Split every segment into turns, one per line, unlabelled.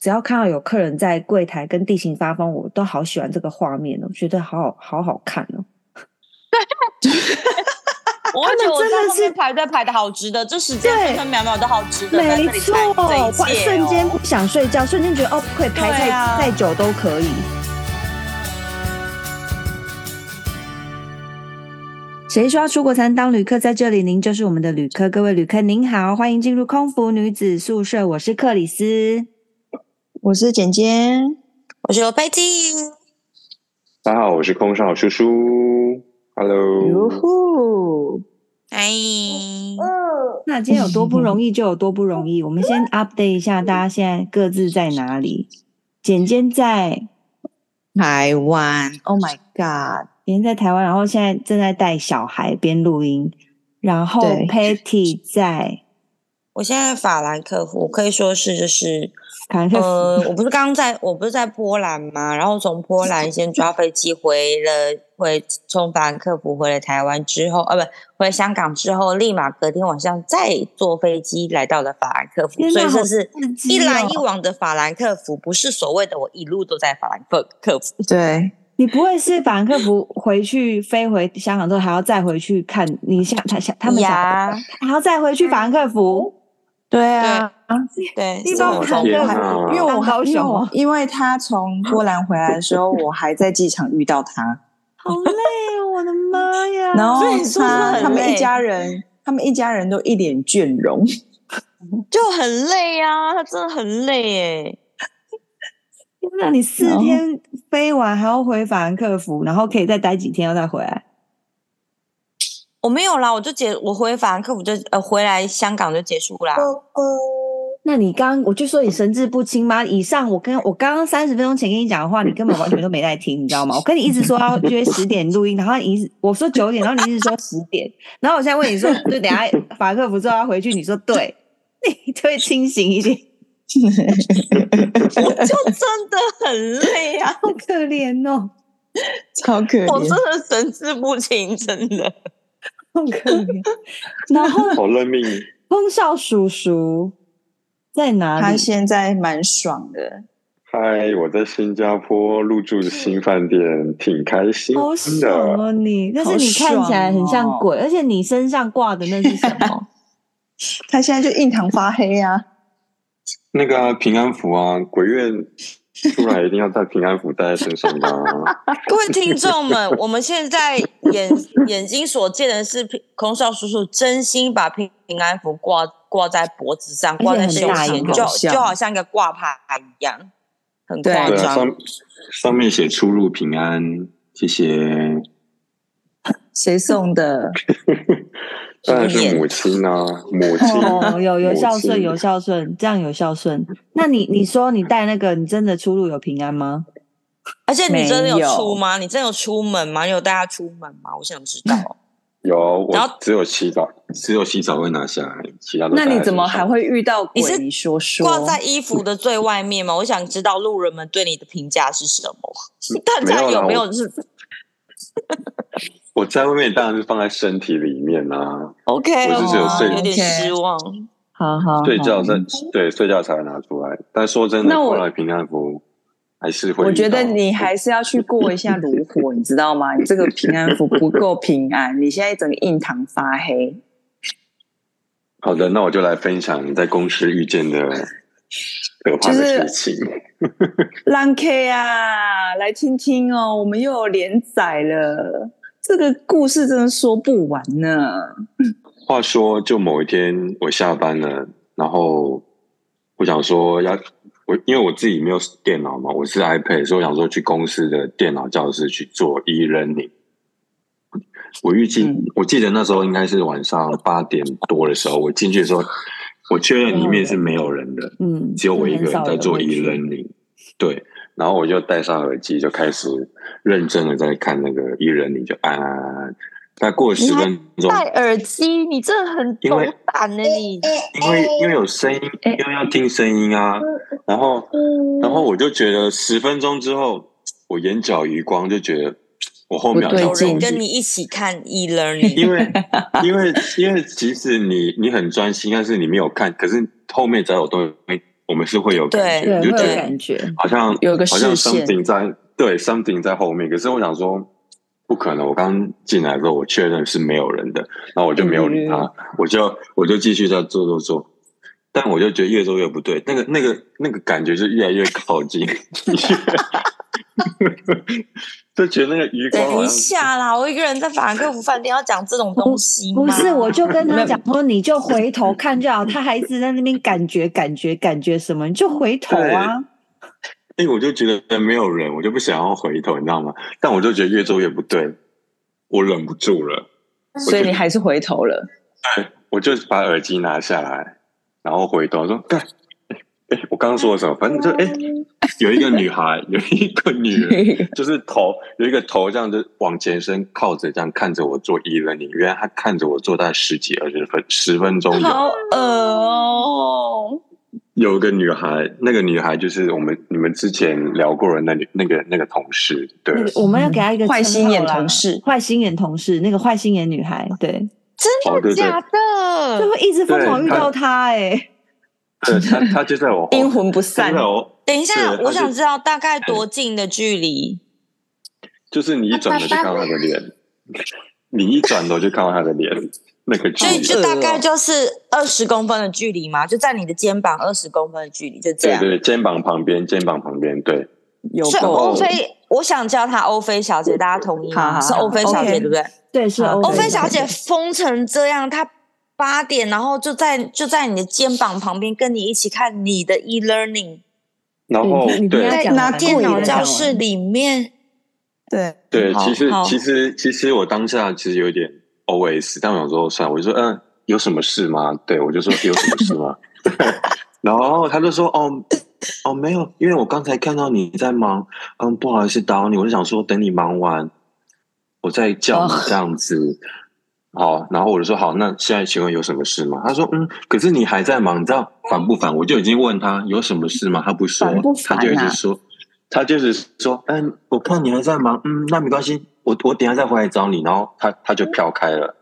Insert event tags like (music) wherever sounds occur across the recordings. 只要看到有客人在柜台跟地形发疯，我都好喜欢这个画面哦，觉得好好好好看哦。
我觉得我
真的
在后面
是
排队排的好值得，这时间
对
分分秒秒都好值得在这
没
里
错
排这一，
哇
切、哦，
瞬间不想睡觉，瞬间觉得哦，可以排再
对啊
再久都可以。谁说要出国才能当旅客？在这里，您就是我们的旅客。各位旅客，您好，欢迎进入空服女子宿舍，我是克里斯。
我是简简，
我是贝蒂。
大家好，我是空少叔叔
哟
，Hello，
呼，
哎，
嗯
那今天有多不容易就有多不容易。我们
嗯
先 update 一下大家现在各自在哪里。简简在
台湾，Oh my God，
别人在台湾，然后现在正在带小孩边录音，然后
对
Patty 在
我现在法兰克福可以说是就是
坎克
呃，
福，
我不是刚在，我不是在波兰嘛，然后从波兰先抓飞机回了，回从法兰克福回了台湾之后，呃，不，回香港之后，立马隔天晚上再坐飞机来到了法兰克福，
天
所以
哪
这
好
是
刺激
一来一
哦
往的法兰克福，不是所谓的我一路都在法兰克克福。
对，
你不会是法兰克福回去飞回香港之后还要再回去看你想他想他们想
呀，
还要再回去法兰克福？
对
啊
啊，
对，
地
是
方
我
坎
从
天
坷
法兰
哪
福，
因为我啊
好
因为
雄
啊
我
哦，
因为他从波兰回来的时候，我还在机场遇
(laughs)
到他，
好累哦，我的妈呀！
然后
所以是不是
他
很
他们
累
一家人，他们一家人都一脸倦
(laughs)
容，
就很累啊，他真的很累耶。
天哪，你四
然后
天飞完还要回法兰克福，然后可以再待几天，要再回来。
我没有啦，我就结我回法兰克福就呃回来香港就结束啦。
那你刚我就说你神志不清吗？以上我跟我刚刚三十分钟前跟你讲的话，你根本完全都没在听，你知道吗？我跟你一直说要约十点录音，然后你一直我说九点，然后你一直说十点，然后我现在问你说，就等一下法克福之后要回去，你说对，你就会清醒一点，
就真的很累 (laughs) 啊，
(laughs) 好可怜哦，
超可
我真
怜，
的神志不清，真的。
好可怜。 (laughs) 然后
好认命，
风少叔叔在哪
他
里？
现在蛮爽的，
嗨，我在新加坡入住新饭店，挺开心
好
的。
爽哦你，但是
好
你看起来很像
爽哦
鬼，而且你身上挂的那是什
(laughs)
么？
他现在就印堂发黑啊，
那个啊、平安符啊，鬼院出来一定要带平安符带在身
(laughs)
上的、啊。
各位听众们，我们现在眼眼睛所见的是平空少叔叔真心把平平安符挂挂在脖子上，挂在
而且
胸
很大
前，
一
就
个
就好像一个挂牌一样，很
对
夸
对
张
啊，上。上面写出入平安，谢谢。
谁送的？
当然是母亲啊，
(laughs)
母亲。
哦，有有
母
孝顺，
亲
有孝顺，这样有孝顺。那你你说你带那个，你真的出入有平安吗？
而且你真的有
没有
出吗？你真的有出门吗？你有带他出门吗？我想知道。
有，
然后
我只有洗澡，只有洗澡会拿下来，其他都
(laughs) 那
带在
你怎么
身上
还会遇到鬼？
你是
你说说，
挂在衣服的最外面吗？我想知道路人们对你的评价是什么。 (laughs) 大家
嗯没有啦
有没有
我
是
我在外面当然是放在身体里面啦、
OK？
我是只有
哦
睡
有点
OK
失望。
好好哦好
睡觉在对睡觉才会拿出来。但说真的，
那我
过来平安符还是会遇到。
我觉得你还是要去过一下炉火，你知道吗？你这个平安符不够平安，你现在整个印堂发黑。
好的，那我就来分享在公司
(laughs)
遇见的可怕的事情。
浪 K 啊，来听听哦，我们又有连载了，这个故事真的说不完呢。
话说，就某一天我下班了，然后我想说要我，因为我自己没有电脑嘛，我是 iPad，所以我想说去公司的电脑教室去做 e-learning。我预计、
嗯
我记得那时候应该是晚上八点多的时候，我进去的时候，我确认里面是没有人的，
嗯，
只有我一个
很少
人在做
会
e
去
learning，对，然后我就戴上耳机，就开始认真的在看那个 e learning，就按按按按按，大概过了十分钟，
戴耳机，你真的很
因为
斗胆呢、你。
因为因为有声音，因为要听声音啊，然后然后我就觉得十分钟之后，我眼角余光就觉得我后面好像
有
有
人
东西
跟你一起看 e
(laughs) 因
learning，
为因为因为即使你你很专心，但是你没有看，可是后面只要有东西我们是会有感
对，
觉，
会
就觉
有
得
感觉。
好像
有个
好像
视线
something 在对 something 在后面。可是我想说，不可能！我刚进来的时候，我确认是没有人的，然后我就没有理他，
嗯
我就我就继续在做做做。但我就觉得越做越不对，那个那个那个感觉就越来越靠近， (laughs) 就觉得那个余
(laughs)
光
等
好
一
像
下啦，我一个人在法兰克福饭店要讲这种东西吗
不是，我就跟他讲说，你就回头看就好。他还一直在那边感觉、感觉、感觉什么，你就回头啊。
因为哎我就觉得没有人，我就不想要回头，你知道吗？但我就觉得越做越不对，我忍不住了，
所以你还是回头了。
我就把耳机拿下来，然后回头说：“干，哎、我刚刚说了什么？反正就哎、有一个女孩，有一个女
(laughs)
人，就是头有一个头这样子往前伸，靠着这样看着我做 e l e a r n i 原来她看着我做大概十几二十分十分钟有。
好恶哦！
有一个女孩，那个女孩就是我们你们之前聊过的那里那个那个同事，对，
那个我们要给他一个
坏
称
心
号
眼
啦
同事
坏心眼同事，那个坏心眼女孩，对，
哦对对
假
嗯
的
就？会一直疯狂遇到她，哎，
对，她她就在我后
阴魂不
她
散
就，在我
等一下
是，
我想
他是
知道大概多近的距离。
就是你一转头就看到她的脸， (laughs) 你一转头就看到她的脸，那个距
所以
离，
就大概就是二十公分的距离嘛，就在你的肩膀二十公分的距离，就这
对
样。
对，肩膀旁边，肩膀旁边，对，
有
所以
够
欧菲，我想叫她欧菲小姐，大家同意
好好
吗？
好
是欧菲小姐
OK
对不对？
对，是
好哦
欧
欧
菲
菲小姐疯成这样，她八点，然后就在就在你的肩膀旁边跟你一起看你的 e learning，
然后
你听
对
她讲
拿
完
哎电
故意
脑
的讲
教
完
室里面。
对，
对，
好
其实
好
其实其实我当下其实有一点 OS，但我想说算了，我就说嗯，有什么事吗？对我就说有什么
(laughs)
事吗？ (laughs) 然后他就说哦哦没有，因为我刚才看到你在忙，嗯，不好意思打扰你，我就想说等你忙完我再叫你
哦
这样子。好，然后我就说好，那现在请问有什么事吗？他说嗯，可是你还在忙，你知道烦不烦？我就已经问他有什么事吗？他不说，
烦不烦
他就一直
啊
说，他就是说，嗯，我看你还在忙，嗯，那没关系，我我等一下再回来找你。然后他他
嗯
就飘开了，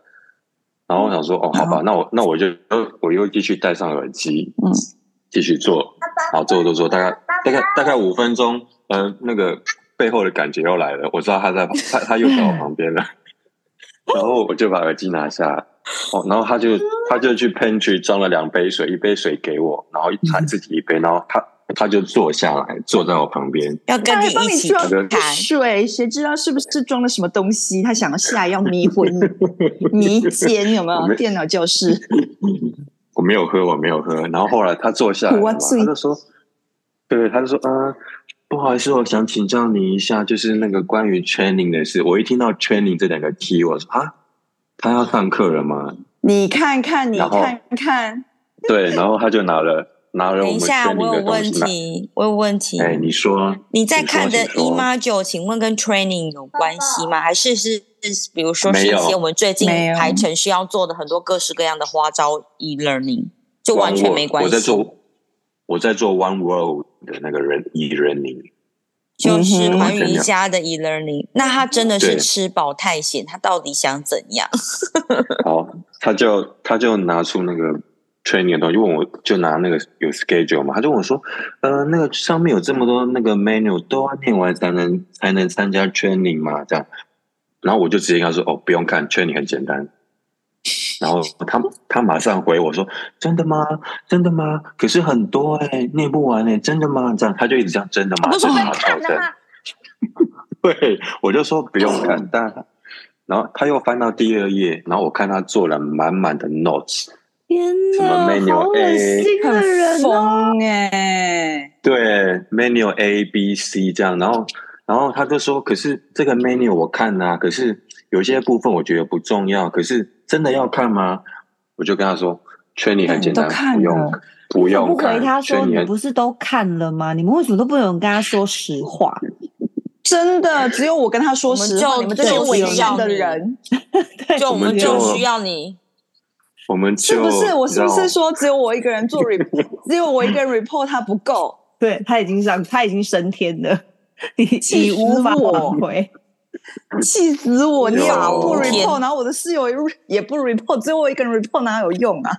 然后我想说，哦，好吧，那我那我就呃我又继续戴上耳机，
嗯，
继续做，然后做做做，大概大概大概五分钟，嗯，那个背后的感觉又来了，我知道他在他他又在我旁边了， (laughs) 然后我就把耳机拿下来。哦，然后他就他就去 pantry 装了两杯水，一杯水给我，然后他自己一杯，然后他他就坐下来，坐在我旁边，
要跟
他
你
还帮
一
你
起看
装，水，谁知道是不是装了什么东西？他想要下药
(laughs)
迷魂迷奸，有没
我
有？
没
电脑教室，
我没有喝，我没有喝。然后后来他坐下来了
(laughs)
苦
嘛，
啊醉
他就说，对，他就说，嗯，不好意思，我想请教你一下，就是那个关于 training 的事。我一听到 training 这两个 key，我说啊，他要上课了
(laughs)
吗？
你看看，你
然后
看看，
对，然后他就拿了拿了
等
我
一
们
下，我
training
有
的东
问
西来。
题，我有问题。
哎，你说
你在看的
你说
一妈九，请问跟 training 有关系吗？还是是是比如说是
没
一
有
些我们最近
没有
排程需要做的很多各式各样的花招 e learning，就完
One
全
World，
没关
我在
系，
做我在做 One World 的那个人以人名，
就是
嗯哼
环宇
完全没
一
有
家的 e learning。那他真的是
对
吃饱太闲，他到底想怎样？
(laughs) 好，哦他就他就拿出那个 training 的东西，问我就拿那个有 schedule 嘛，他就问我说，呃，那个上面有这么多那个 menu 都要念完才能才能参加 training 嘛，这样，然后我就直接跟他说，哦，不用看 training 很简单。然后他他马上回我说：“真的吗？真的吗？可是很多哎、念不完哎、真的吗？”这样他就一直这样，真的吗？
不是
真
会
的吗？
看
跳
的
针
吗？
(laughs) 对，我就说不用看，但然后他又翻到第二页，然后我看他做了满满的 notes，
天
什么
哪，
menu 哎
好恶
A，
心的
很
人哦！
疯哎，
对 menu A B C 这样，然后然后他就说，可是这个 menu 我看啊，可是有些部分我觉得不重要，可是真的要看吗？我就跟他说，劝你很简
都
单，
看
不用
了
不
你怎么
用
不回
看，
他说
劝
你
你很
不是都看了吗？你们为什么都不能跟他说实
(laughs)
话？
真的，只有我跟他说实话，
我们就
你们这些
就
伪善
只有
的
你
人，
就我
我们
们
就
就需要你，
我们
是
就
不是？我
你
是
知
不
道
是说只有我一个
(laughs)
人做 report，只有我一个人 report 他不够？
对他已经上，他已经升天了，你
气
你
死
无法
我
挽回。
气死我！你也
有
不
天
report，然后我的室友也不 report，只有我一个人 report，哪有用啊？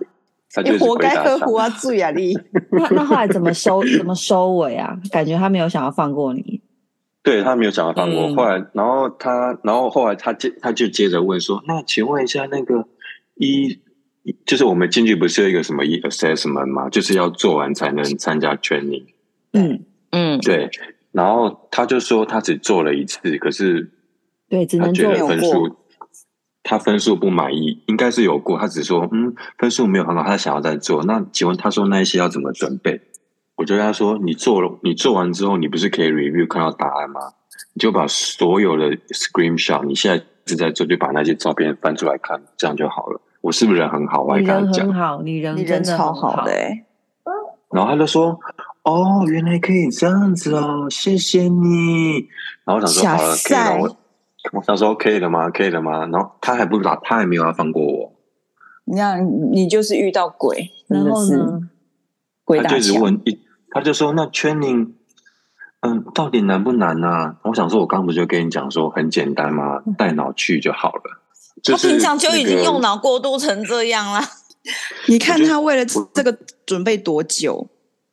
他就
你
一直
活
回
该
答
呵
上
护。啊，注意啊你。
(laughs) 那那后来怎么收怎么收尾啊？感觉他没有想要放过你。
对他没有想要放过。
嗯
后来，然后他，然后后来他接他就接着问说：“那请问一下，那个一就是我们进去不是有一个什么一 assessment 嘛，就是要做完才能参加 training。
(laughs) 嗯，
嗯，
对，然后他就说他只做了一次，可是
对，只
他
能
觉
做
得分
没有
数他分数不满意，应该是有过。他只说嗯，分数没有很好，他想要再做。那请问他说那一些要怎么准备？我就跟他说，你做了，你做完之后，你不是可以 review 看到答案吗？你就把所有的 screenshot，你现在是在做，就把那些照片翻出来看，这样就好了。我是不是人很好？我还
你
跟他
人
讲
很，好，你人
你
真
人
的
超
很
好的、欸，
然后他就说：“哦，原来可以这样子哦，谢谢你。”然后我想
小
说：“好了，可以
赛
了。我”我想说：“可以了吗？可以了吗？”然后他还不打，他还没有要放过我，
你看你就是遇到鬼，真
然
的
后
是
呢？
鬼
他
打
就一直
墙。
问一，他就说：“那 training，嗯，到底难不难啊？”我想说：“我刚刚不就跟你讲说很简单吗？带脑去就好了。”
嗯
就
他
是
平常就已
那
经
个
用脑过度成这样了。
你看
我觉得
他为了
我
这个准备多久，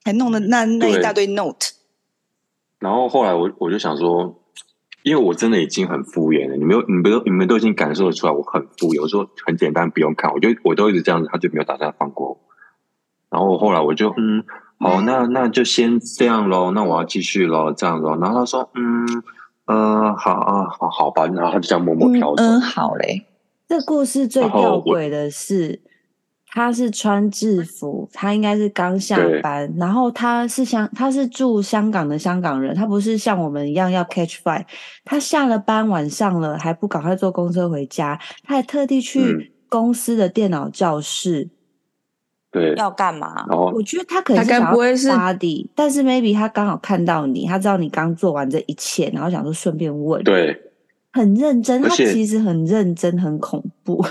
还弄了那那一
对
大堆 note。
然后后来我我就想说，因为我真的已经很敷衍了，你们有你们都你们都已经感受得出来我很敷衍。我说很简单，不用看，我就我都一直这样子，他就没有打算放过我。然后后来我就嗯，好，那那就先这样咯，那我要继续咯，这样咯。然后他说嗯呃好啊好好吧，然后他就这样默默飘走。
嗯，好嘞，
这故事最
然后
吊
我
诡的是，他是穿制服，他应该是刚下
对
班，然后他是香，他是住香港的香港人，他不是像我们一样要 catch flight，他下了班晚上了还不赶快坐公车回家，他还特地
嗯
去公司的电脑教室。
对，
要干嘛？
然后
我觉得他可能
他该不会是
巴的，但是 maybe 他刚好看到你，他知道你刚做完这一切，然后想说顺便问，
对，
很认真，
而
他
且
其实很认真，很恐怖。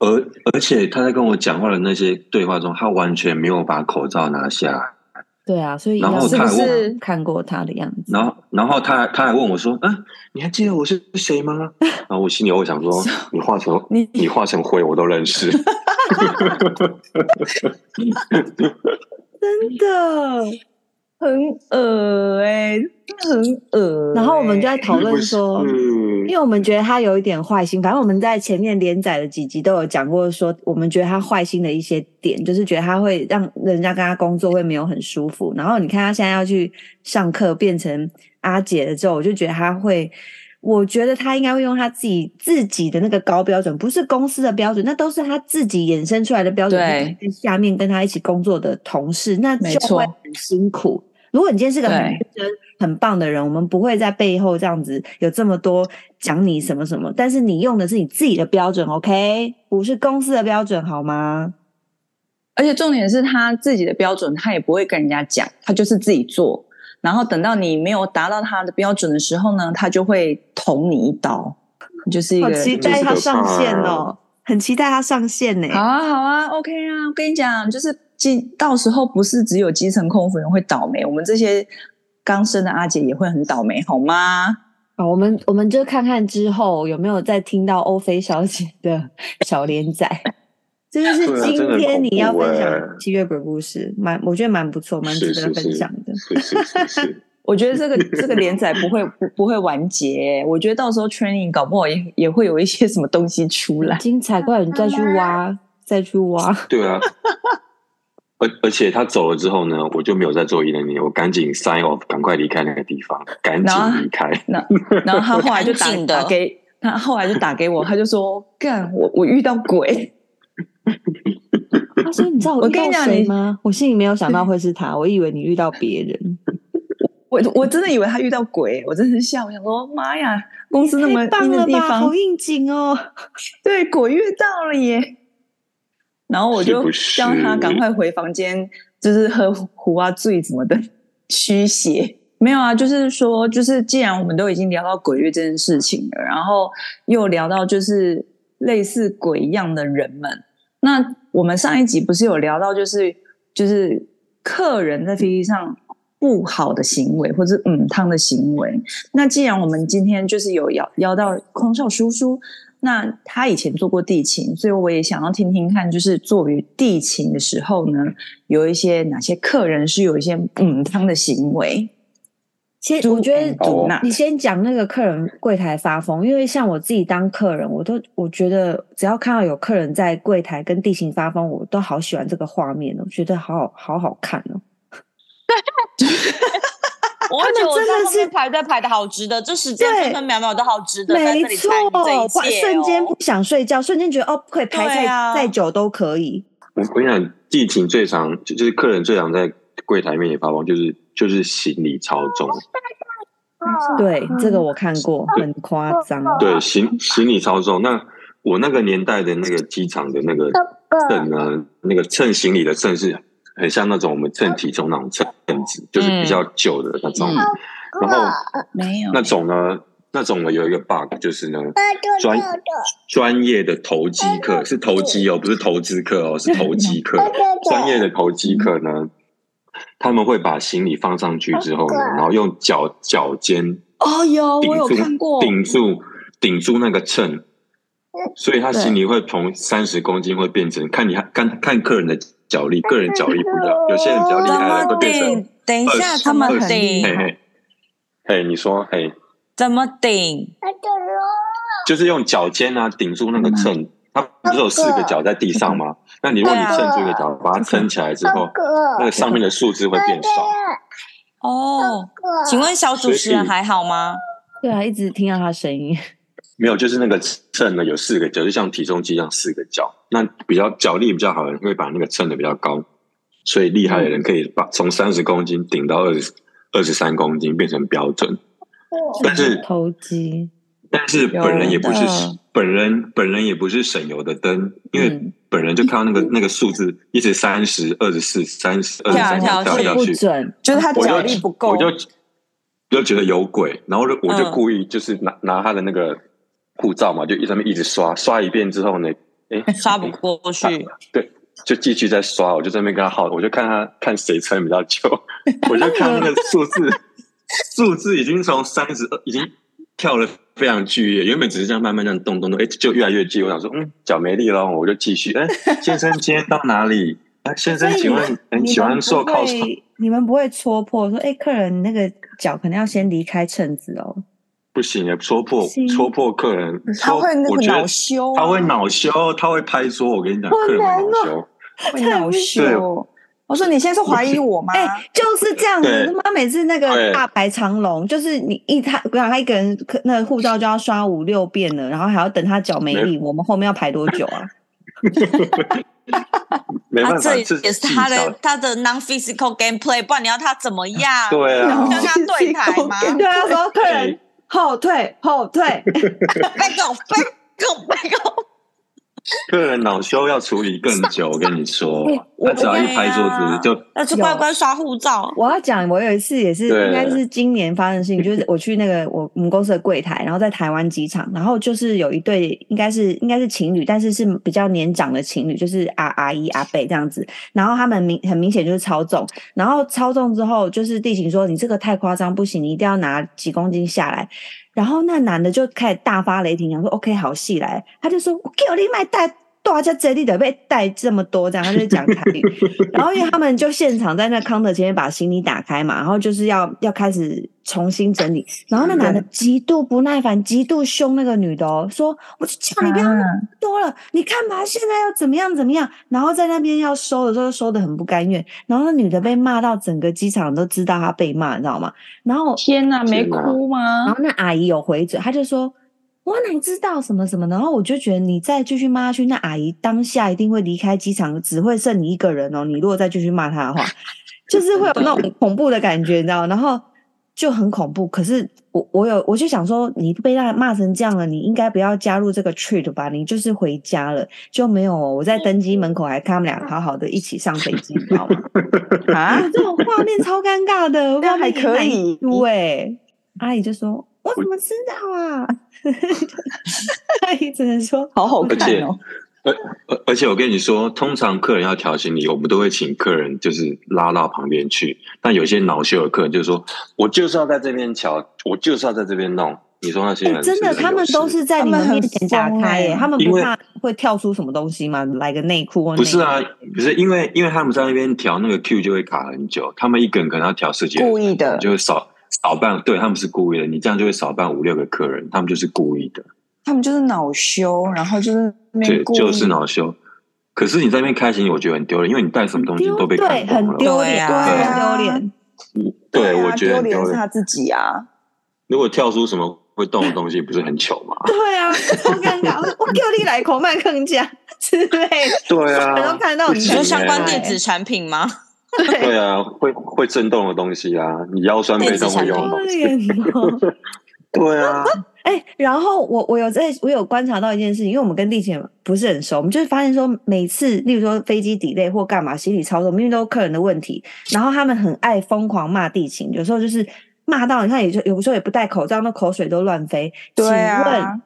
而而且他在跟我讲话的那些对话中，他完全没有把口罩拿下来。
对啊，所以
然
要
后
是
他
不
还问
是看过他的样子？
然后，然后他他还问我说：“嗯，你还记得我是谁吗？”
(laughs)
然后我心里我想说：“你化成
你
你化成灰，我都认识。
真的。
很恶哎、真的很恶欸、
然后我们就在讨论说，
(laughs) 嗯
因为我们觉得他有一点坏心，反正我们在前面连载的几集都有讲过说我们觉得他坏心的一些点，就是觉得他会让人家跟他工作会没有很舒服。然后你看他现在要去上课，变成阿姐了之后，我就觉得他会。我觉得他应该会用他自己自己的那个高标准，不是公司的标准，那都是他自己衍生出来的标准。
对，
下面跟他一起工作的同事，那
没
就
错
会很辛苦。如果你今天是个很
对
认真、很棒的人，我们不会在背后这样子有这么多讲你什么什么。但是你用的是你自己的标准，OK，不是公司的标准，好吗？
而且重点是他自己的标准，他也不会跟人家讲，他就是自己做。然后等到你没有达到他的标准的时候呢，他就会捅你一刀，就是一
好
个
期
这
待
是
他
个啊
上
怕
线哦，很期待他上线呢、
好啊，好啊，OK 啊，我跟你讲，就是基到时候不是只有基层空服员会倒霉，我们这些刚生的阿姐也会很倒霉，好吗？
好，我们我们就看看之后有没有再听到欧菲小姐的小连载。 (laughs) 这就
对
是
啊
今
真的很
天
恐
你要
怖
分享
欸
七月鬼故事，蛮我觉得蛮不错，蛮值
是
得
是
分
是
享的。
是是是
(laughs)
是，
我觉得这个这个连载不会不不会完结，欸我觉得到时候 training 搞不好也也会有一些什么东西出来。
精彩，快点再去挖，再去挖。
对啊。而而且他走了之后呢，我就没有再做一零零，我赶紧 sign off，赶快离开那个地方，赶紧
然后
离开。
然后他
(laughs)
后来就打
安静的
打给他后来就打给我，他就说：“干，我我遇到鬼。 (laughs)
(laughs) 他说：“你知道我
我
遇
跟
到
你讲
谁
你
吗？ (laughs) 我心里没有想到会是他，我以为你遇到别人。
我”我真的以为他遇到鬼，我真的是吓，我想说：“妈呀，公司那么
太棒
阴的
了
地
吧，
方
好，应景哦！
(laughs) 对，鬼遇到了耶。”然后我
是
就
不
叫他
是
赶快回房间，就是喝胡啊醉什么的驱邪。没有啊，就是说，就是既然我们都已经聊到鬼月这件事情了，然后又聊到就是类似鬼一样的人们，那我们上一集不是有聊到，就是就是客人在飞机上不好的行为，或者是嗯汤的行为。那既然我们今天就是有邀邀到空少叔叔，那他以前做过地勤，所以我也想要听听看，就是做于地勤的时候呢，有一些哪些客人是有一些嗯汤的行为。
先我觉得
Oh,
and do not
你先讲那个客人柜台发疯，因为像我自己当客人，我都我觉得只要看到有客人在柜台跟地形发疯，我都好喜欢这个画面哦，觉得好好好好看哦。
我而且我
真
在
的
后
是
面排队排的好值得，这时间
对
分分秒秒都好值得在这
没
里
错
参与这一，
哇
切、哦，
瞬间不想睡觉，瞬间觉得哦，不可以排
对
再、
啊
再久都可以。
我我跟你讲，地勤最常就就是客人最常在柜台面前发疯，就是就是行李超重，
嗯
对，这个我看过，
对
很夸张。
对，行行李超重。那我那个年代的那个机场的那个秤呢，那个称行李的秤是很像那种我们称体重那种秤子，就是比较旧的那种。
嗯
然后
没有
那种呢，那种呢有一个 bug 就是呢，专专业的投机客是投机哦，不是投资客哦，是投机客。专业的投机客呢，他们会把行李放上去之后呢，然后用脚脚尖
哦，有我
顶
有
住
看过，嗯
顶住顶住那个秤，所以他行李会从三十公斤会变成看你看看个人的脚力，个人脚力不一样，有些人比较厉
怎
哦
害的会
么
变成
顶？等一下，
20
怎么
他们很厉
嘿
顶？
嘿，嘿，你说嘿。
怎么顶？
就是用脚尖啊顶住那个
嗯
秤，它不是有四个角在地上吗？那你如果你
对啊
撑住一个角，把它
嗯
撑起来之后，那个上面的数字会变少。
哦，请问小主持人还好吗？
对啊，一直听到他的声音。
没有，就是那个秤呢有四个角，就像体重机一样四个角。那比较脚力比较好的人会把那个秤的比较高，所以厉害的人可以把从三十公斤顶到二十二十三公斤变成标准。但是
投机，
但是本人也不是
有的
本人，本人也不是省油的灯，因为
嗯
本人就看到那个那个数字一直三十、二十四、三十、二十三
跳来
跳
跳去
来跳
不
去，
准，
就是他
我
脚力
就
不够
我，就就觉得有鬼，然后就我就
嗯
故意就是拿拿他的那个护照嘛，就一上面一直刷刷一遍之后呢，哎，
刷不过去，
对，就继续在刷，我就在那边跟他耗，我就看他看谁撑比较
(laughs)
久，我就看那个数字，数字已经从三十已经跳了非常剧烈，原本只是这样慢慢这样动动动，哎，就越来越近。我想说，嗯，脚没力了，我就继续。
(laughs)
哎，先生，今天到哪里？哎，先生，请问你喜欢
不
受烤串？
会，你们不会戳破说，哎、客人你那个脚可能要先离开秤子哦。
不行哎，戳破
行
戳破客人，
嗯他会那
戳我
个
觉
恼
得
羞啊，
他会恼羞，他会拍桌。我跟你讲，客人
哦
会恼羞。
会恼
对
羞。我说你现在是怀疑我吗？
哎、就是这样子。
对
他妈每次那个
对
大排长龙，就是你一他，我想他一个人，可那个护照就要刷五六遍了，然后还要等他脚没力，我们后面要排多久啊？
没
啊，
办法，
这也
这
是他
技巧
的他的 non physical gameplay，不然你要他怎么样？
对啊，
跟他对台吗
(laughs) 对啊，说客人
(laughs) 对
后退后退，
，back off back off back off，
客人恼羞要处理更久，我跟
(laughs)
你说
哎，我啊
他只要一拍桌子就
要去乖乖刷护照。
我要讲，我有一次也是，
对
应该是今年发生的事情，就是我 (laughs) 去那个我我们公司的柜台，然后在台湾机场，然后就是有一对应该是应该是情侣，但是是比较年长的情侣，就是阿阿姨阿伯这样子，然后他们明很明显就是超重，然后超重之后就是地勤说你这个太夸张，不行，你一定要拿几公斤下来。然后那男的就开始大发雷霆，讲说 OK 好戏来，他就说我给我另外带。大家这里的被带这么多，这样他就讲台语，然后因为他们就现场在那康德前面把行李打开嘛，然后就是要要开始重新整理，然后那男的极度不耐烦，极度凶那个女的哦，说我就叫你不要那么
啊
多了，你看吧，现在要怎么样怎么样，然后在那边要收的时候又收的很不甘愿，然后那女的被骂到整个机场都知道她被骂，你知道吗？然后
天哪，没哭
然
吗？
后那阿姨有回嘴，她就说：“我哪知道什么什么？”然后我就觉得你再继续骂下去，那阿姨当下一定会离开机场，只会剩你一个人哦。你如果再继续骂她的话，就是会有那种恐怖的感觉，你知道？然后就很恐怖。可是我我有我就想说，你被她骂成这样了，你应该不要加入这个 trip 吧？你就是回家了，就没有、哦。我在登机门口还看他们俩好好的一起上飞机，你知道吗？
啊，
这种画面超尴尬的，
这样还可以
对，欸阿姨就说：“我怎么知道啊？”阿姨只能说
好好看哦。
呃而而且我跟你说，通常客人要调行李，我们都会请客人就是拉到旁边去。但有些恼羞的客人就说：“我就是要在这边瞧，我就是要在这边弄。”你说那些
哎
人
真的，
啊是不是很
他
有
们都
事
是在你
他
们
们很
面前打
疯
开耶，
哎
他们
因
不
为
怕会跳出什么东西吗？来个内裤或
不是
内
啊？不是因为因为他们在那边调那个 Q 就会卡很久，他们一个人可能要调十几个人
故意的
就会少少办，对他们是故意的，你这样就会少办五六个客人，他们就是故意的，
他们就是恼羞，然后就是那
对
边，故意
就是恼羞。可是你在那边开心，我觉得很丢脸，因为你带什么东西
丢
都被
对，
看光
很
了。
丢
对
脸，
啊
真的
对
很
啊
丢脸。
对，
啊
我觉得很
丢
丢
脸是他
脸。
自己啊。
如果跳出什么会动的东西，不是很糗吗？
对啊，超尴尬！我我叫你来狂卖更加之类的，
(laughs) 对
所有人
啊
都，看到
不
你
你
行
说
在
欸
相
那
关
边
电子产品吗？
对啊，会会震动的东西啊，你腰酸背痛会用的
丢
东西。
脸哦。
对啊，
哎、然后我我有在我有观察到一件事情，因为我们跟地勤不是很熟，我们就是发现说，每次例如说飞机 delay 或干嘛行李操作，明明都是客人的问题，然后他们很爱疯狂骂地勤，有时候就是骂到你看，也就有时候也不戴口罩，那口水都乱飞。
对
请问
啊，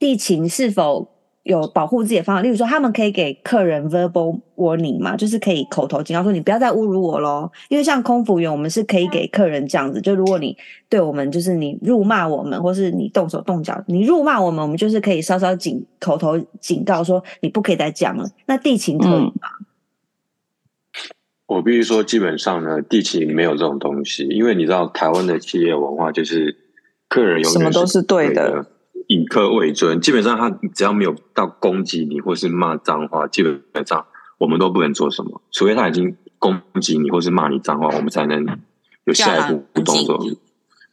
地勤是否有保护自己的方法？例如说，他们可以给客人 verbal warning 嘛，就是可以口头警告说你不要再侮辱我喽。因为像空服员，我们是可以给客人这样子，就如果你对我们就是你辱骂我们，或是你动手动脚，你辱骂我们，我们就是可以稍稍警口头警告说你不可以再这样了。那地勤可以
嗯
吗？
(laughs) 我必须说，基本上呢，地勤没有这种东西，因为你知道台湾的企业文化就是客人永
什么
远
都是对的
的，以客为尊。基本上他只要没有到攻击你或是骂脏话，基本上我们都不能做什么，除非他已经攻击你或是骂你脏话，我们才能有下一步动
叫安
作。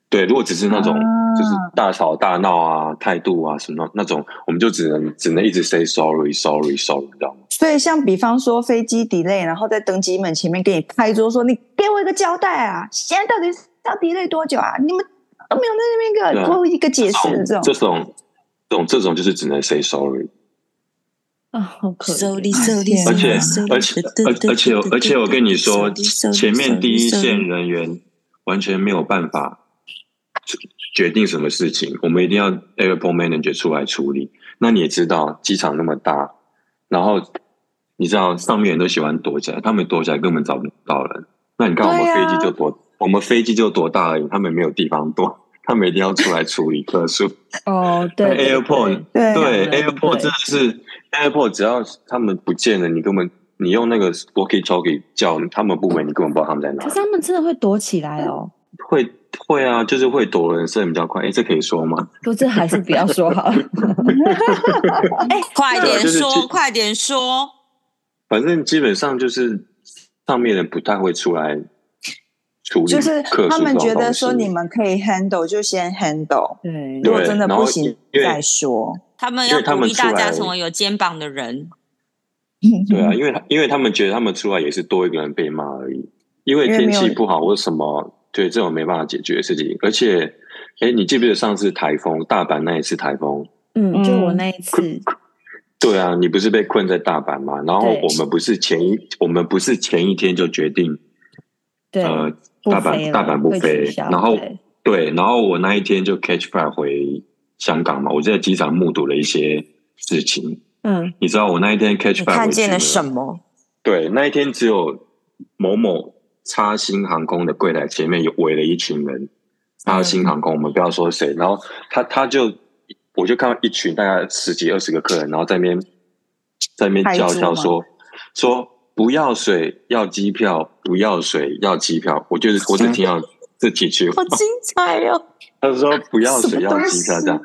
对，如果只是那种、
啊
就是大吵大闹啊、态度啊什么那种，我们就只能只能一直 say sorry sorry sorry，你知道吗？
所以像比方说飞机 delay，然后在登机门前面给你拍桌说：“你给我一个交代啊！现在到底是要 delay 多久啊？你们都没有在那边
对
给
啊
我给我一个解释。”这
这
种
种这种这种就是只能 say sorry。
啊，好可怜。
Sorry, sorry,
而
且
sorry,
而
sorry,
且而而且
sorry,
而且我跟你说，
sorry, sorry,
前面第一
sorry,
线
sorry
人员完全没有办法决定什么事情，我们一定要 airport manager 出来处理。那你也知道，机场那么大，然后你知道上面人都喜欢躲起来，他们躲起来根本找不到人。那你看我们
对
飞
啊
机就多，我们飞机就多大而已，他们没有地方躲，他们一定要出来处理客数。
(laughs) 哦，对对
AirPod
对
对
对
，AirPod 真的是 AirPod，只要他们不见了，你根本你用那个 walkie talkie 叫他们不回，你根本不知道他们在哪
可是他
里。
们真的会躲起来哦。
会会啊，就是会躲人是比较快。哎，这可以说吗？
不，这还是不要说好了。
哎快
对啊
点
就是
说，
去
快点说！
反正基本上就是上面人不太会出来处理，
就是
客
他
诉
们
这种
觉得
东
说你
西。
们可以 handle 就先 handle，
(laughs) 对
如果
对
真的
然
不
后
行
因为
再说。
他们
因
要
为他
鼓
们
励大
出来
家成为有肩膀的人。
对啊，因为因为他们觉得他们出来也是多一个人被骂而已，因为
因为
天
没有
气不好或什么，对这种没办法解决的事情。而且，哎，你记不记得上次台风大阪那一次台风？
嗯，就我
嗯
那一次，
对啊，你不是被困在大阪吗？然后
对
我们不是前一我们不是前一天就决定
对，
呃
不
大
飞
阪
了
大阪不
会取
飞，
消
然后
对
对，然后我那一天就 catch flight 回香港嘛，我就在机场目睹了一些事情。
嗯，
你知道我那一天 catch
你
flight
看
回去
见
呢
了什么？
对，那一天只有某某叉星航空的柜台前面有围了一群人，叉
嗯
星航空我们不要说谁，然后他他就我就看到一群大概十几二十个客人，然后在那边在那边
拍
叫
桌
嚣
吗
说说不要水要机票，不要水要机票，我就是我只听到这几句话
好，精彩哦！
他说不要水
什么
要
东
机票
西
这样，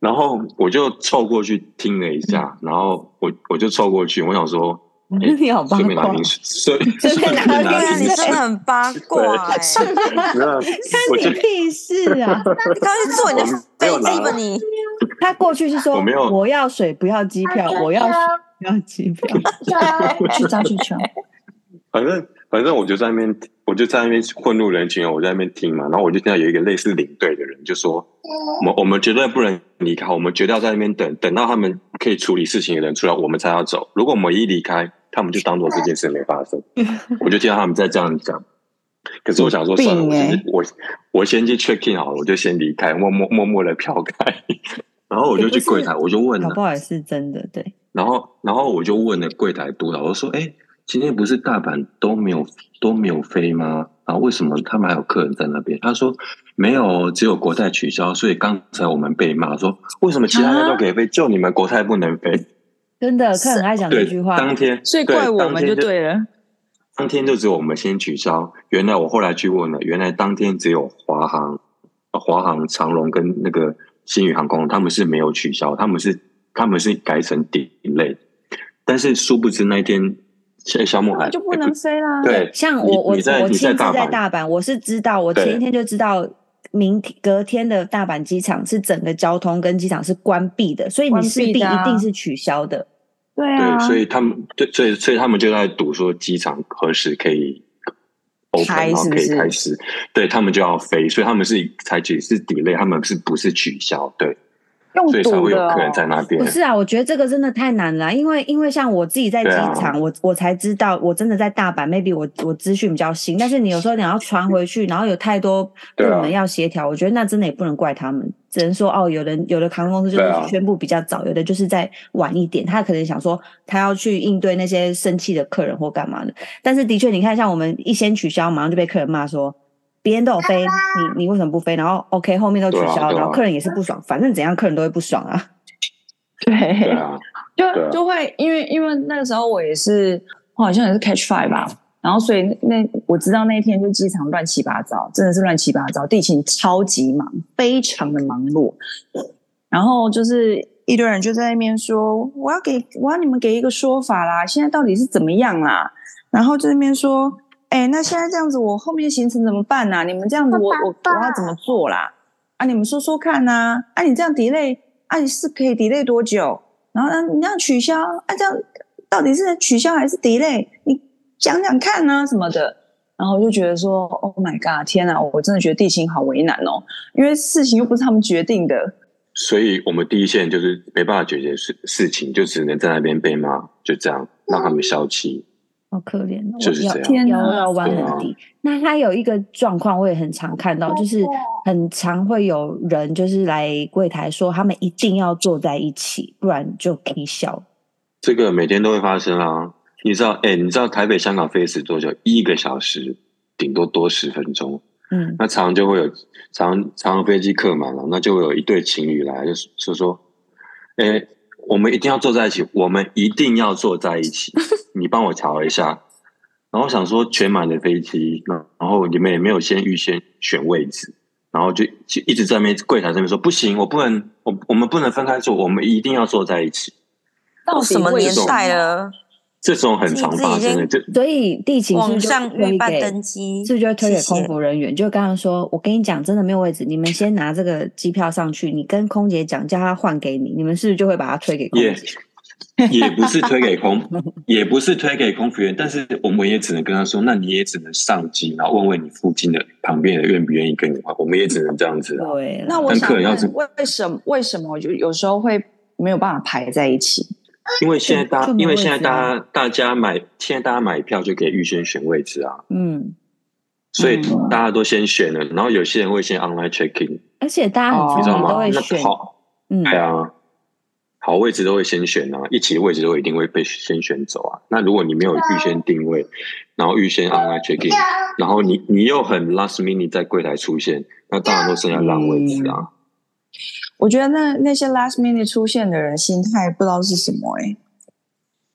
然后我就凑过去听了一下，
嗯
然后我我就凑过去，我想说，哎
(laughs) 你好八
顺便拿
卦
瓶水，顺
顺便拿
便
对
拿
啊
对啊，
瓶
瓶水
你真的
(laughs) 水，
很八卦哎、
没有，我
(laughs) 关
就
你屁事啊！
你刚去坐你的
没有
飞
拿
机吧你？
他过去是说
我没有
我要水不要机票，我
(laughs)
要水不要机票，
去抓去抓，
反正反正我就在那边，我就在那边混入人群，我在那边听嘛，然后我就听到有一个类似领队的人就说，我们我们绝对不能离开，我们绝对要在那边等，等到他们可以处理事情的人出来，我们才要走。如果我们一离开，他们就当做这件事没发生。我就听到他们在这样讲，可是我想说，算了，
有
我
病
先去
欸
我我先去 check in 好了，我就先离开，默默默默的飘开， (laughs) 然后我就去柜台，
也不
我就问
搞
了
不。好也是真的。对，
然后，然后我就问了柜台督导，我说：“哎，今天不是大阪都没有都没有飞吗？啊，为什么他们还有客人在那边？他说没有，哦只有国泰取消，所以刚才我们被骂说为什么其他人
啊
都可以飞，就你们国泰不能飞？
真的，客人很爱讲这
对
句，话。
当天
所以怪我们就
对当天
对了。
当天就只有我们先取消。原来我后来去问了，原来当天只有华航、呃华航、长龙跟那个新宇航空，他们是没有取消，他们是他们是改成 delay。但是殊不知那一天，夏夏慕海呃
就不能飞啦。
哎对
像
你
我我
你在
我
你
亲
在
自
大
在
阪，
大阪，我是知道，我
对
前一天就知道，明天隔天的大阪机场是整个交通跟机场是关闭的，所以你
关
势
闭
必
的啊
一定是取消的。
对啊，
对，所以他们对，所以所以他们就在赌说机场何时可以 open，
开
然后
是不
可以
是
开始，对他们就要飞，所以他们是采取是 delay，他们是不是取消？对，
用
所以才
赌
会有
的、
客人在
哦。
那边
不。是啊，我觉得这个真的太难了啊，因为因为像我自己在机
对啊
场，我我才知道，我真的在大阪，maybe 我我资讯比较新，但是你有时候你要传回去，然后有太多部
对啊
门要协调，我觉得那真的也不能怪他们，只能说哦，有人有的航空公司就
对
是
啊
宣布比较早，有的就是在晚一点，他可能想说他要去应对那些生气的客人或干嘛的，但是的确，你看像我们一先取消，马上就被客人骂说。别人都有飞，你你为什么不飞？然后 OK，后面都取
对
消，
啊对啊
然后客人也是不爽，反正怎样客人都会不爽啊。
对
对，
啊，
就、
对啊
就会因为因为那个时候我也是，我好像也是 catch five 吧，然后所以那那我知道那一天就机场乱七八糟，真的是乱七八糟，地勤超级忙，非常的忙碌，然后就是。一堆人就在那边说：“我要给我要你们给一个说法啦，现在到底是怎么样啦？”然后就在那边说：“哎、那现在这样子，我后面行程怎么办呐、你们这样子我，我我要怎么做啦？啊，你们说说看呐、啊！你这样 delay，啊，你是可以 delay 多久？然后呢，你要取消，啊，这样到底是取消还是 delay？你讲讲看呢、什么的。然后我就觉得说，Oh my god，天啊，我真的觉得地勤好为难哦，因为事情又不是他们决定的。
所以我们第一线就是没办法解决事事情，就只能在那边被骂，就这样让他们消气。
好可怜哦，
就是
腰
这样
天
腰
哪
要弯
对
很
啊
低。那还有一个状况，我也很常看到，就是很常会有人就是来柜台说，他们一定要坐在一起，不然就可以笑。
这个每天都会发生啊！你知道，哎、你知道台北、香港飞时多久？一个小时，顶多多十分钟。
嗯，
那常常就会有常常常飞机客满了，那就会有一对情侣来，就是就说，哎、我们一定要坐在一起，我们一定要坐在一起，你帮我瞧一下。然后想说全满的飞机，那然后你们也没有先预先选位置，然后就就一直在那边柜台这边说不行，我不能，我我们不能分开坐，我们一定要坐在一起。
到
都
底
什么
为
年
么
代？了？
这种很常发
(laughs)
生的，就
所以地勤是不
网
是就
上
推
预办
给
登机，
是不是就会推给
谢谢
空服人员？就刚刚说，我跟你讲，真的没有位置，你们先拿这个机票上去，你跟空姐讲，叫她换给你，你们是不是就会把它推给空
也
姐？
也不是推给空，也不是推给空服员，但是我们也只能跟他说，那你也只能上机，然后问问你附近的旁边的愿不愿意跟你换，我们也只能这样子啊。
对啦，
那我
但
想
客人要是
问，为为什么为什么我就有时候会没有办法排在一起？
因为现在大
就，没有
因为
位置啊
现在大家大家买，现在大家买票就可以预先选位置啊，
嗯，
所以
嗯
大家都先选了，然后有些人会先 online check in，
而且大家
哦
很
你知
聪
道
明，都
吗？
会选
那，好，
嗯，
对啊，好位置都会先选啊，一起的位置都一定会被先选走啊。那如果你没有预先定位，然后预先 online check in，然后你你又很 last minute 在柜台出现，那当然都剩下让位置啊。
我觉得那那些 last minute 出现的人心态不知道是什么哎、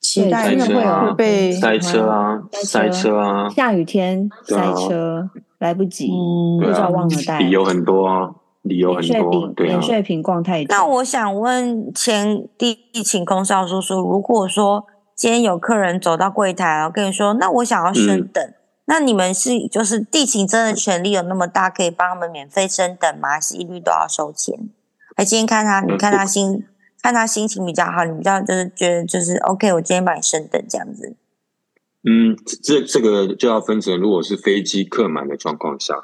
期
对，
待
真的
塞
会
车啊
有
会被
嗯
塞车啊，
塞
塞
车
车啊，
下雨天
对
塞
啊
车，来不及，
嗯
护
对啊
照忘了带，
理由很多啊，理由
免
很
税
多
品，，
对啊
免，税品逛太久。
那我想问前地地勤空少叔叔，如果说今天有客人走到柜台，然后跟你说，那我想要升
嗯
等，那你们是就是地勤真的权力有那么大，可以帮他们免费升等吗？还是一律都要收钱？还今天看他，你
嗯
看
不
他心，看他心情比较好，你比较就是觉得就是 OK，我今天帮你升等这样子。
嗯，这这个就要分成，如果是飞机客满的状况下，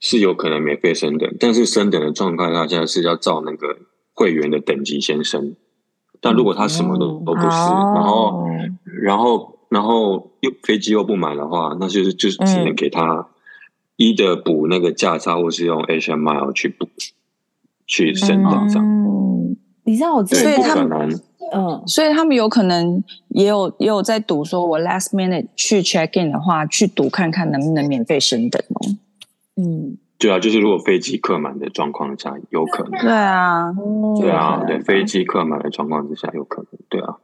是有可能免费升等，但是升等的状况下，现在是要照那个会员的等级先升。但如果他什么都都不是，然后
哦
然后然后又飞机又不满的话，那就是就是只能
嗯
给他一的补那个价差，或是用 H M Mile 去补去升等这样。
嗯，
你知道我之
对，
前
不
他
可
们
能
嗯，
所以他们有可能也有也有在赌，说我 last minute 去 check in 的话，去赌看看能不能免费升等哦。
嗯，
对啊，就是如果飞机客满的状况下，有可能。
对啊，
对
哦，
有
啊，
可能
对
吧
飞机客满的状况之下，有可能。对啊，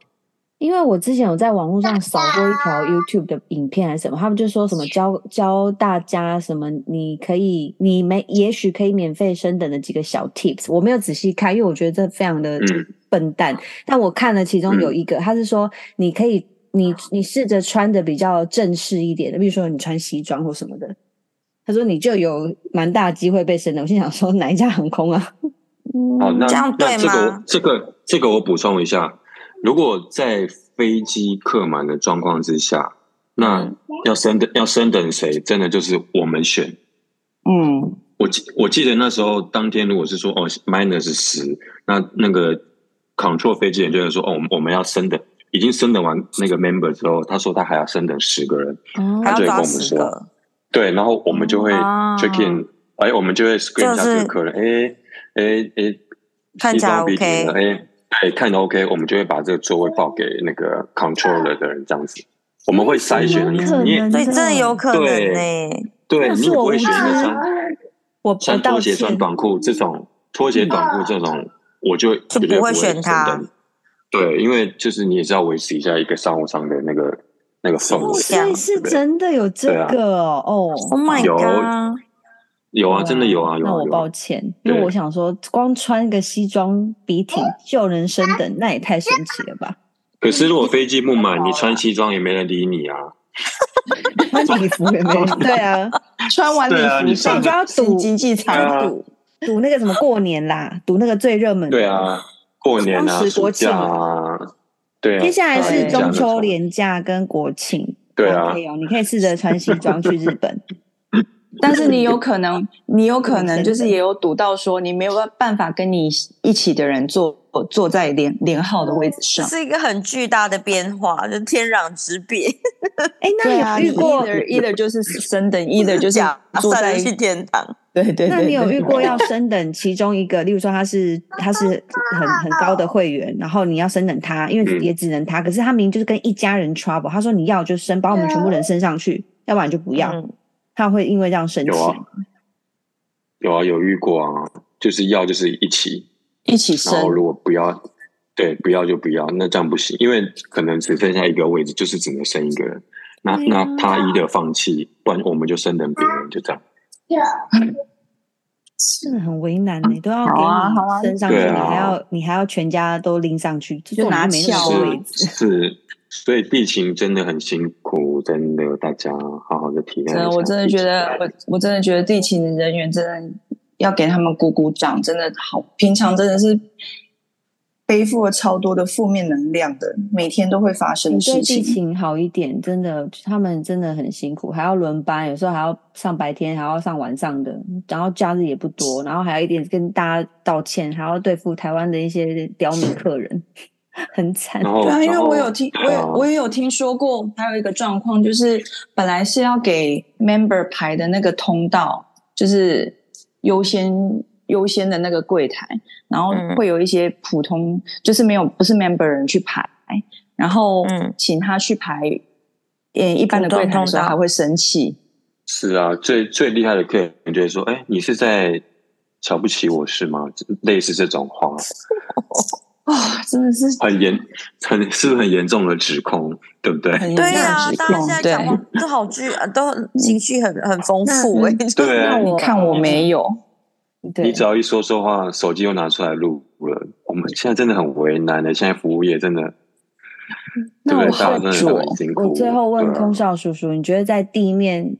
因为我之前有在网络上扫过一条 YouTube 的影片还是什么，他们就说什么教教大家什么，你可以，你没也许可以免费升等的几个小 tips，我没有仔细看，因为我觉得这非常的
嗯
笨蛋。但我看了其中有
嗯啊
一个，他是说你可以，你你试着穿的比较正式一点的，比如说你穿西装或什么的。他说你就有蛮大机会被升等。我心想说哪一家航空
(laughs)
啊？
好，哦那
嗯这样对
那这个我
吗
这个这个我补充一下，如果在飞机客满的状况之下，那
嗯
要升等要升等谁，真的就是我们选。
嗯，
我记我记得那时候当天如果是说哦 minus 十，那那个 control 飞机人就会说哦，我们我们要升等，已经升等完那个 member 之后，他说他还要升等十个人，
哦
还要
他就会跟
抓
我们
十
说，
个，
对，然后我们就会
嗯
啊
check
哦
in，、哎，我们就会 screen 一下
就
这
是
个客人，哎哎哎，
看起来
西装笔挺的
OK
哎哎，看着 OK，我们就会把这个座位报给那个 controller 的人，这样子，我们会筛选
有
你，
可
你也
能，啊
所以真的有可能
对
呢、
真
对
的
你
是
也不
我无
会
知
(laughs) 选一个穿，
我我
穿拖
道
鞋、穿
歉。
短裤这种，拖鞋、短裤这种，我就
就
绝对
不
会
会选
升
他
等。对，因为就是你也是要维持一下一个商务舱的那个那个氛
哦，
围，
形
所以
象
是
对
真的有这
对啊
个哦，哦
Oh my
有
god！
有啊，
哇
真的有啊，有
那
啊，
我
有啊
抱歉，因为
对
我想说，光穿个西装笔
哦
挺就能升等，那也太神奇了
(laughs)
吧！
可是如果飞机不满，你穿西装也没人理你啊。
穿礼服也
(laughs)
没人，对啊，
穿完
对啊
礼
你
服
穿
上
就要
心
赌
机技
对
场
啊
赌赌那个什么过年啦，赌那个最热门。
对，啊，过年啊，
双十
暑
国庆
假啊，对啊，
接下来
大
是
年
对
假
中
那
秋
种。
连假跟国庆，
对啊
o k 哦，你可以试着穿西装去日
(laughs)
本，
但是你有可能， (laughs) 你有可能就
真
是
的
也有赌到说，你没有办法跟你一起的人坐呃坐在连连号的位置
这
上。
是一个很巨大的变化，就天壤之别。
哎，
对
那
啊，
你有遇
你
过
either either 就是升等，either 就是
假
坐
算
在
了去天堂，
对
哎
对对。
那你有
对
遇过要升等其中一个，例如说他是他是很很高的会员，然后你要升等他，因为
嗯
也只能他，可是他明明就是跟一家人 trouble，他说你要就升，把我们全部人升上去，要不然就不要，
嗯，
他会因为这样生气
有。啊，有啊，有遇过啊，就是要就是一起，
一起
然后
升，
如果不要，对，不要就不要，那这样不行，因为可能只剩下一个位置，就是只能剩一个人。那
对
那
啊
他一的放弃，不然我们就升等别人，就这样。
真的很为难呢、都要
好
给
啊好
你
啊
升上去，
嗯对啊
你还要你还要全家都拎上去，这
就
种
拿
就没那么
翘
多
啊
位
是
置。
是，所以地勤真的很辛苦，真的大家好好的体
真
谅
的，
一
我
下
真的
地
觉
勤。 (laughs)
得，我我真的觉得地勤的人员真的要给他们鼓鼓掌，真的好，平常真的是背负了超多的负面能量的，每天都会发生
你
的
对
事
地
情。
勤好一点，真的，他们真的很辛苦，还要轮班，有时候还要上白天，还要上晚上的，然后假日也不多，然后还要一点跟大家道歉，还要对付台湾的一些刁民客人， (laughs) 很惨。
然后，
对啊，因
然
为
后
我有听，
对
我
啊
也我也有听说过，还有一个状况就是，本来是要给 member 排的那个通道，就是优先优先的那个柜台，然后
嗯
会有一些普通，就是没有不是 member 人去排，然后
嗯
请他去排，嗯，一般的
普通
柜台的时
通
候
道
还会生气，
是啊，最最厉害的客人就会说：“哎，你是在瞧不起我是吗？”类似这种话，
哇、 (laughs) 真的是
很严，很是不是很严重的指控，对不对？
很严重
对
的
啊，
指
大家现
控，
在
对
讲话都好巨，呃都很情绪很很丰富
那
哎、
嗯
就是
对啊
那
你
我
看我没有，
对
你只要一说错话，手机又拿出来录了。我们现在真的很为难的，现在服务业真的，对
那
不
我
对？大
好
家真的都很
弱，
辛
我
苦。
最后问
对啊
空少叔叔，你觉得在地面，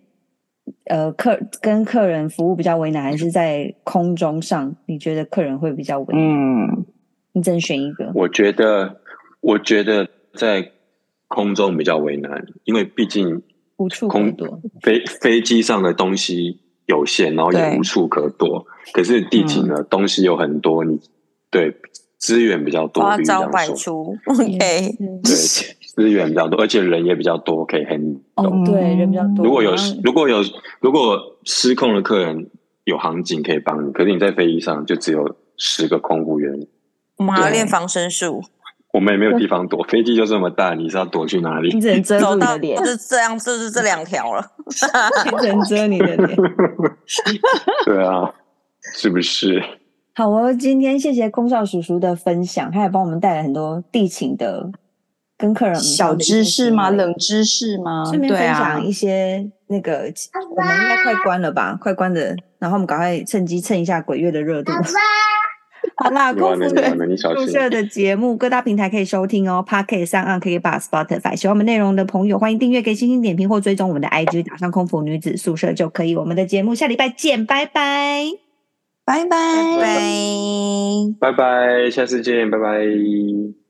呃，客跟客人服务比较为难，还是在空中上，你觉得客人会比较为难？
嗯，
你只能选一个。
我觉得，我觉得在空中比较为难，因为毕竟
无处可
空
躲。
飞飞机上的东西有限，然后也
对
无处可躲。可是地勤
嗯
呢，东西有很多，你对资源比较多，
花
比如这
招
样
百
说，嗯
出。
也
OK，
是
对资源比较多，而且人也比较多，可以 handle。
哦，对，人比较多。
嗯如果有
然后
如果有如果失控的客人有航警可以帮你，可是你在飞机上就只有十个空服员，
我们还要
对
练防身术，
我们也没有地方躲，飞机就这么大，你是要躲去哪里
(laughs)
你？只能遮住
走
你
到
的脸
就，是这样，就是这两条了。
你 (laughs) 只能遮你的脸。
对啊，是不是？
好哦，今天谢谢空少叔叔的分享，他也帮我们带来很多地勤的跟
嗯
客人
小知识吗？冷知识吗？
顺便
对
分
啊
享一些那个，我们应该快关了吧？快关的，然后我们赶快趁机蹭一下鬼月的热度。好
啊
啦，
你
空
完了，
腹
你完了，你小
宿
心。
舍的节目，各大平台可以收听哦。Pocket 上岸可以把 Spotify。喜欢我们内容的朋友，欢迎订阅、给星星点评或追踪我们的 IG，打上“空服女子宿舍”就可以。我们的节目下礼拜见，拜拜。
拜拜
拜拜，下次见，拜拜。